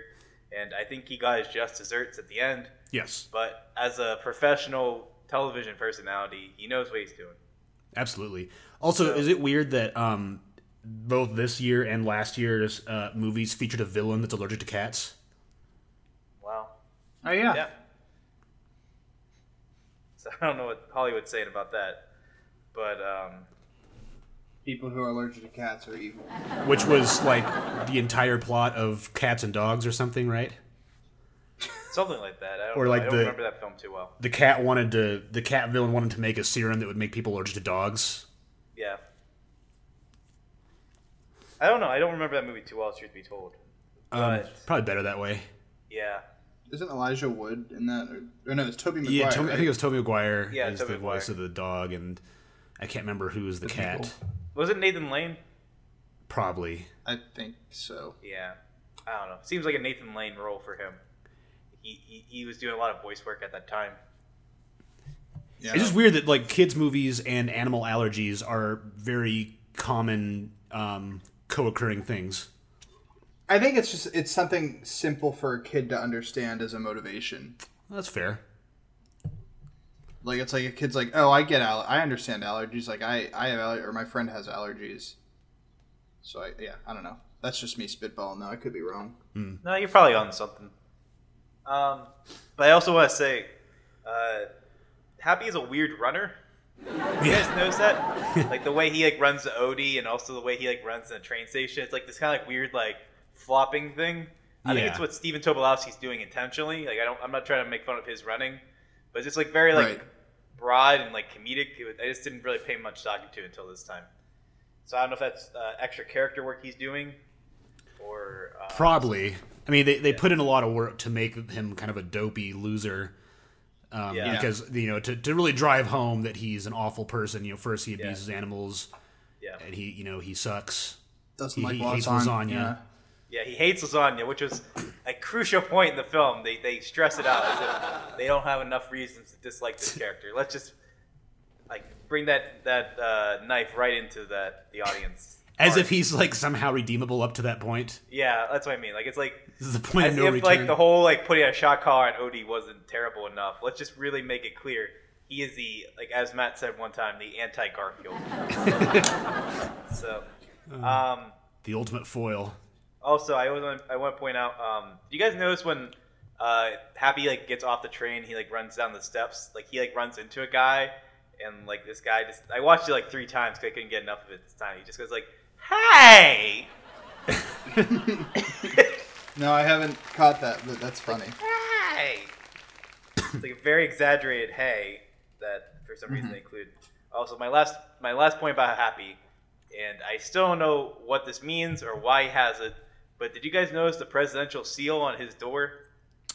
and I think he got his just desserts at the end.
yes,
But as a professional television personality, he knows what he's doing.
Absolutely. Also, is it weird that um, both this year and last year's uh, movies featured a villain that's allergic to cats?
Wow.
Oh yeah.
Yeah. So I don't know what Hollywood's saying about that, but um,
People who are allergic to cats are evil.
Which was like the entire plot of Cats and Dogs or something, right?
something like that. I don't,
Or
know.
like
I don't
the-
remember that film too well.
The cat wanted to. The cat villain wanted to make a serum that would make people allergic to dogs.
Yeah. I don't know. I don't remember that movie too well. Truth be told.
Um,
Right.
Probably better that way.
Yeah.
Isn't Elijah Wood in that? Or, or no, it's Toby McGuire.
Yeah, Tom- I think it was Toby Maguire
Yeah,
as
Tobey
the voice
Maguire.
of the dog, and I can't remember who was the, cat.
people.
Was it Nathan Lane?
Probably.
I think so.
Yeah. I don't know. Seems like a Nathan Lane role for him. He, he, he was doing a lot of voice work at that time.
Yeah.
It's just weird that like kids movies and animal allergies are very common um, co-occurring things.
I think it's just it's something simple for a kid to understand as a motivation.
That's fair.
Like it's like a kid's like, oh, I get al- I understand allergies. Like I I have aller- or my friend has allergies. So I yeah I don't know. That's just me spitballing. though. I could be wrong.
No, you're probably on something. Um, but I also want to say, uh, Happy is a weird runner. You guys notice that? like the way he like runs the Odie, and also the way he like runs in the train station. It's like this kind of like weird like flopping thing. I think
Yeah.
it's what Steven Tobolowsky's doing intentionally. Like I don't, I'm not trying to make fun of his running, but it's just like very like
Right.
broad and like comedic. It was, I just didn't really pay much stock to it until this time. So I don't know if that's uh, extra character work he's doing, or uh,
Probably. I mean, they, they put in a lot of work to make him kind of a dopey loser. Um,
Yeah.
Because you know, to, to really drive home that he's an awful person. You know, first he abuses animals,
yeah.
and he you know he sucks.
Doesn't
He-
like
he
lasagna.
hates lasagna.
Yeah.
Yeah, he hates lasagna, which was a crucial point in the film. They, they stress it out as if they don't have enough reasons to dislike this character. Let's just like bring that that uh, knife right into that the audience.
As
heart.
if he's like somehow redeemable up to that point.
yeah, that's what I mean. Like it's like
This is the point
as
of no
if
return.
like the whole like putting a shot collar on Odie wasn't terrible enough. Let's just really make it clear he is the like as Matt said one time the anti Garfield. so, um,
The ultimate foil.
also I was I want to point out. Um, do you guys notice when uh, Happy like gets off the train, he like runs down the steps, like he like runs into a guy, and like this guy just I watched it like three times because I couldn't get enough of it this time. He just goes like, "Hey,
No, I haven't caught that, but that's funny.
hey!" it's like a very exaggerated "hey" that for some reason they include. Also, my last my last point about Happy, and I still don't know what this means or why he has it. But did you guys notice the presidential seal on his door?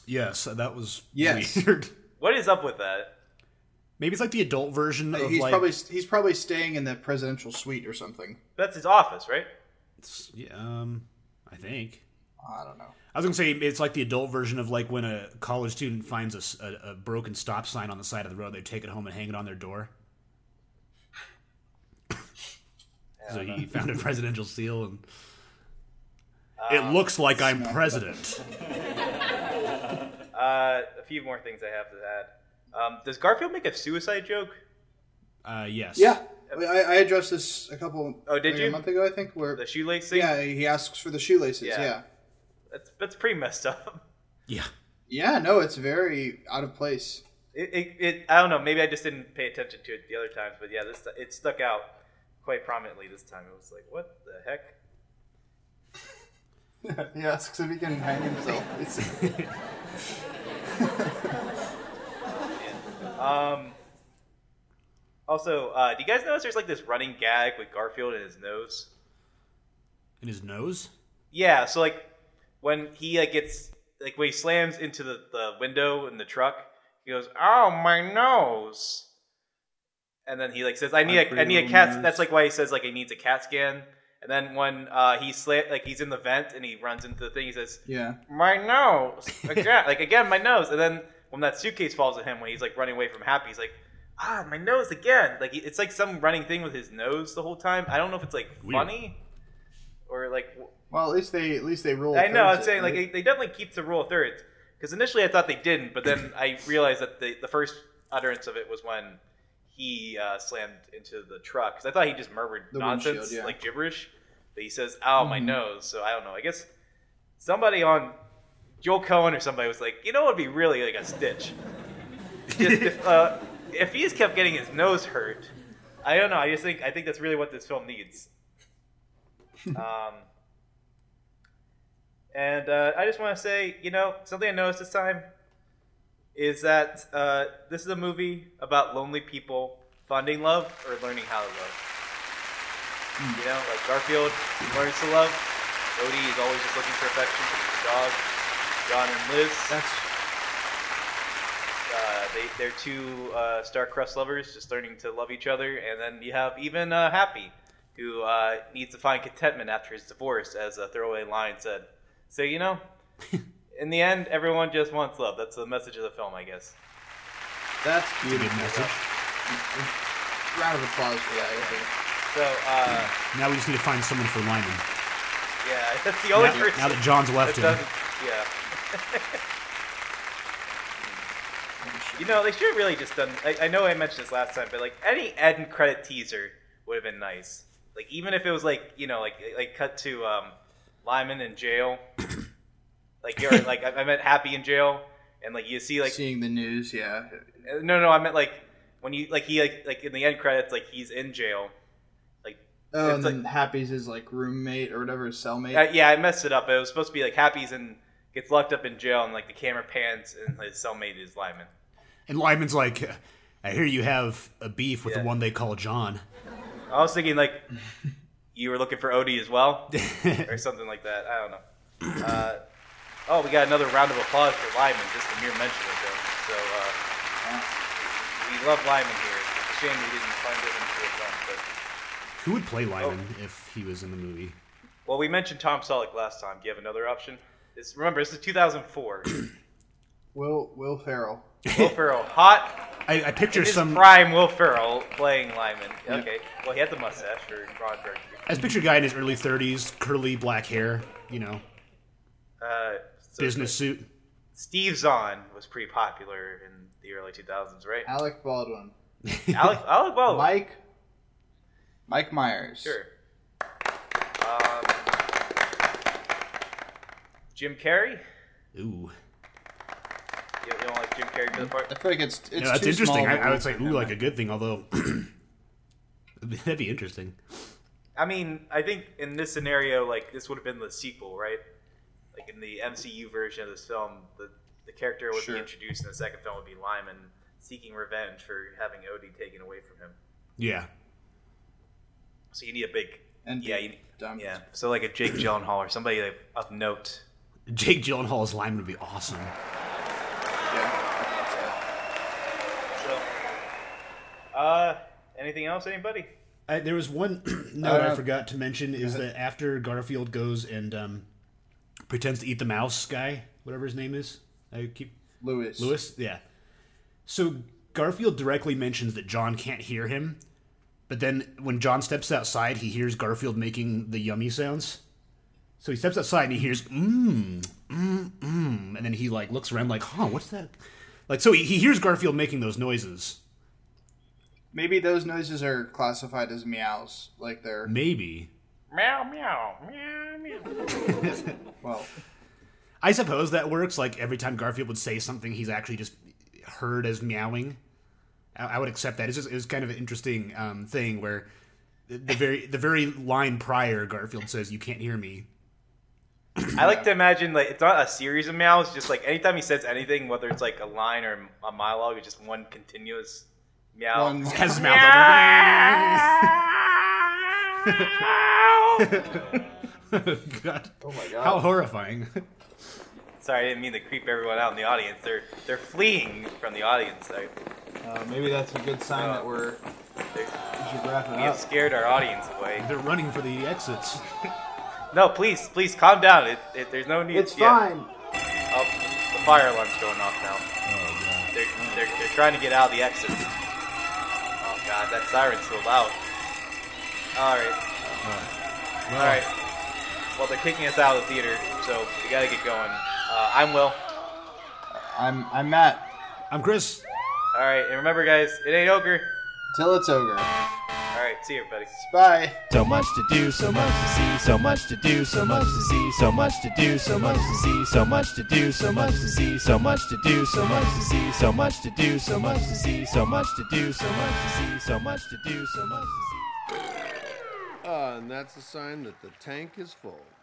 Yes, that was
Yes.
weird.
What is up with that?
Maybe it's like the adult version of
Uh, He's
like
probably he's probably staying in the presidential suite or something.
That's his office, right?
Yeah, um I think.
I don't know.
I was gonna say it's like the adult version of like when a college student finds a s- a, a broken stop sign on the side of the road, they take it home and hang it on their door. so he found a presidential seal, and it looks like I'm president.
Uh, a few more things I have to add. Um, does Garfield make a suicide joke?
Uh, yes.
Yeah, I, I addressed this a couple.
Oh, did
like
you?
a month ago? I think where
The shoelace thing?
yeah he asks for the shoelaces.
Yeah.
yeah.
That's, that's pretty messed up.
Yeah.
Yeah, no, it's very out of place.
It, it, it, I don't know. Maybe I just didn't pay attention to it the other times, but yeah, this it stuck out quite prominently this time. It was like, what the heck?
he asks if he can hang himself. It's-
Um, also, uh, do you guys notice there's like this running gag with Garfield and his nose?
In his nose.
Yeah, so like when he like gets like when he slams into the, the window in the truck, he goes, "Oh my nose!" And then he like says, "I need a, I need a
pretty
cat."
nose.
That's like why he says like he needs a cat scan. And then when uh, he sla- like he's in the vent and he runs into the thing, he says,
yeah.
"My nose again!" like again, my nose. And then when that suitcase falls at him when he's like running away from Happy, he's like. Ah, my nose again! Like he- it's like some running thing with his nose the whole time. I don't know if it's like
Weird.
funny, or like w-
Well, at least they at least they rule.
I know. I'm
thirds
saying
it, right?
like they they definitely keep the rule of thirds because initially I thought they didn't, but then I realized that the the first utterance of it was when he uh, slammed into the truck because I thought he just murmured
The
nonsense
windshield, yeah. Mm-hmm.
like gibberish, but he says "ow my nose," so I don't know. I guess somebody on Joel Cohen or somebody was like, you know, what would be really like a stitch. Just if, uh, if he just kept getting his nose hurt, I don't know. I just think I think that's really what this film needs. Um, and uh, I just want to say, you know, something I noticed this time is that uh, this is a movie about lonely people finding love or learning how to love. You know, like Garfield learns to love. Odie is always just looking for affection from his dog. John and Liz,
that's
uh, they, they're two uh, star-crossed lovers just learning to love each other. And then you have even uh, Happy, who uh, needs to find contentment after his divorce, as a throwaway line said. So, you know, in the end, everyone just wants love. That's the message of the film, I guess.
that's
Good
beautiful.
message.
Round of applause for that. I think.
So, uh,
Now we just need to find someone for Lyman.
yeah, that's the
Now,
only person.
now that John's
that
left him,
doesn't, yeah. You know, they should have really just done. I, I know I mentioned this last time, but like any end credit teaser would have been nice. Like even if it was like you know like like cut to um, Lyman in jail, like you're like I, I meant Happy in jail, and like you see like
Seeing the news, yeah.
uh, no no I meant like when you like he like like in the end credits like he's in jail, like
Oh, and
It's
then Happy's his like roommate or whatever, his cellmate.
Uh, yeah, I messed it up. It was supposed to be like Happy's and gets locked up in jail, and like the camera pans, and his cellmate is Lyman.
and Lyman's like, "I hear you have a beef with
Yeah.
the one they call John."
I was thinking like you were looking for Odie as well, or something like that. I don't know. Uh, oh, we got another round of applause for Lyman. Just a mere mention of him. So uh, we love Lyman here. It's a Shame we didn't find him
Oh.
into the film, but
Who would play Lyman if he was in the movie?
Well, we mentioned Tom Selleck last time. Do you have another option? It's, remember, this is 2004.
Will Will Ferrell.
Will Ferrell, hot,
I, I picture
his
some.
prime Will Ferrell playing Lyman. Okay, well, he had the mustache for Ron Burgundy.
I picture a guy in his early 30s, curly black hair, you know,
Uh, so
business suit.
Steve Zahn was pretty popular in the early 2000s, right?
Alec Baldwin.
Alec, Alec Baldwin.
Mike. Mike Myers.
Oh. Sure. Um, Jim Carrey? You,
Ooh.
you don't like Jim Carrey for the
I
part?
feel like it's it's
No, that's
too
interesting.
Small of
I,
a
I
role
would say,
for
ooh,
him.
like a good thing, although. that'd be interesting.
I mean, I think in this scenario, like, this would have been the sequel, right? Like, in the MCU version of this film, the, the character would
Sure.
be introduced in the second film would be Lyman seeking revenge for having Odie taken away from him.
Yeah.
So you need a big.
And
yeah, you,
dumb.
yeah. So, like, a Jake Gyllenhaal or somebody like, of note.
Jake Gyllenhaal's Lyman would be awesome.
Yeah.
So, uh, anything else, anybody?
I, there was one note I
Uh,
forgot to mention is
ahead.
that after Garfield goes and um, pretends to eat the mouse guy, whatever his name is, I keep
Lewis.
Lewis, yeah. So Garfield directly mentions that John can't hear him, but then when John steps outside, he hears Garfield making the yummy sounds. So he steps outside and he hears mmm, mmm, mmm, and then he like looks around like, huh, what's that? Like so he, he hears Garfield making those noises.
Maybe those noises are classified as meows. Like they're
Maybe.
Meow, meow, meow, meow.
well.
I suppose that works. Like every time Garfield would say something, he's actually just heard as meowing. I, I would accept that. It's just it's kind of an interesting um, thing where the, the very the very line prior Garfield says, "You can't hear me."
I like to imagine like it's not a series of meows. Just like anytime he says anything, whether it's like a line or a monologue, it's just one continuous meow.
One-
Has his mouth open. God.
Oh my
How
god.
horrifying!
Sorry, I didn't mean to creep everyone out in the audience. They're they're fleeing from the audience. I,
Uh, maybe that's a good sign that we're.
they're,
We should wrap it
you
up.
Uh, scared our audience away.
They're running for the exits.
No, please, please calm down. It, it, there's no need. yeah. Oh, the fire alarm's going off now. They're, they're, they're trying to get out of the exit. Oh god, that siren's so loud. Alright. Alright. Well, they're kicking us out of the theater, so we gotta get going. Uh, I'm Will.
I'm I'm Matt.
I'm Chris.
Alright, and remember, guys, it ain't ogre.
Till it's ogre.
Alright, see you, everybody.
Bye.
So much to do, so much to see, so much to do, so much to see, so much to do, so much to see, so much to do, so much to see, so much to do, so much to see, so much to do, so much to see, so much to do, so much to see, so much to do, so much to see.
Ah, and that's a sign that the tank is full.